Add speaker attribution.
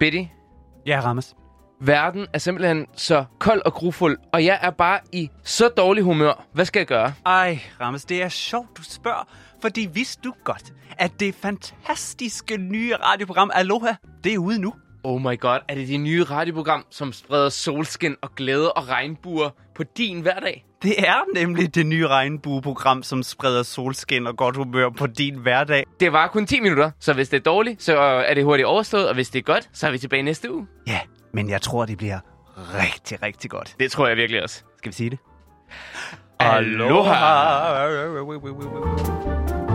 Speaker 1: Betty,
Speaker 2: Ja, Rammes.
Speaker 1: verden er simpelthen så kold og grufuld, og jeg er bare i så dårlig humør. Hvad skal jeg gøre?
Speaker 2: Ej, Rammes, det er sjovt, du spørger. Fordi vidste du godt, at det fantastiske nye radioprogram Aloha, det er ude nu?
Speaker 1: Oh my god, er det det nye radioprogram, som spreder solskin og glæde og regnbuer på din hverdag?
Speaker 2: Det er nemlig det nye regnbueprogram, som spreder solskin og godt humør på din hverdag.
Speaker 1: Det var kun 10 minutter, så hvis det er dårligt, så er det hurtigt overstået, og hvis det er godt, så er vi tilbage næste uge.
Speaker 2: Ja, men jeg tror, det bliver rigtig, rigtig godt.
Speaker 1: Det tror jeg virkelig også.
Speaker 2: Skal vi sige det?
Speaker 1: Aloha!
Speaker 2: Aloha.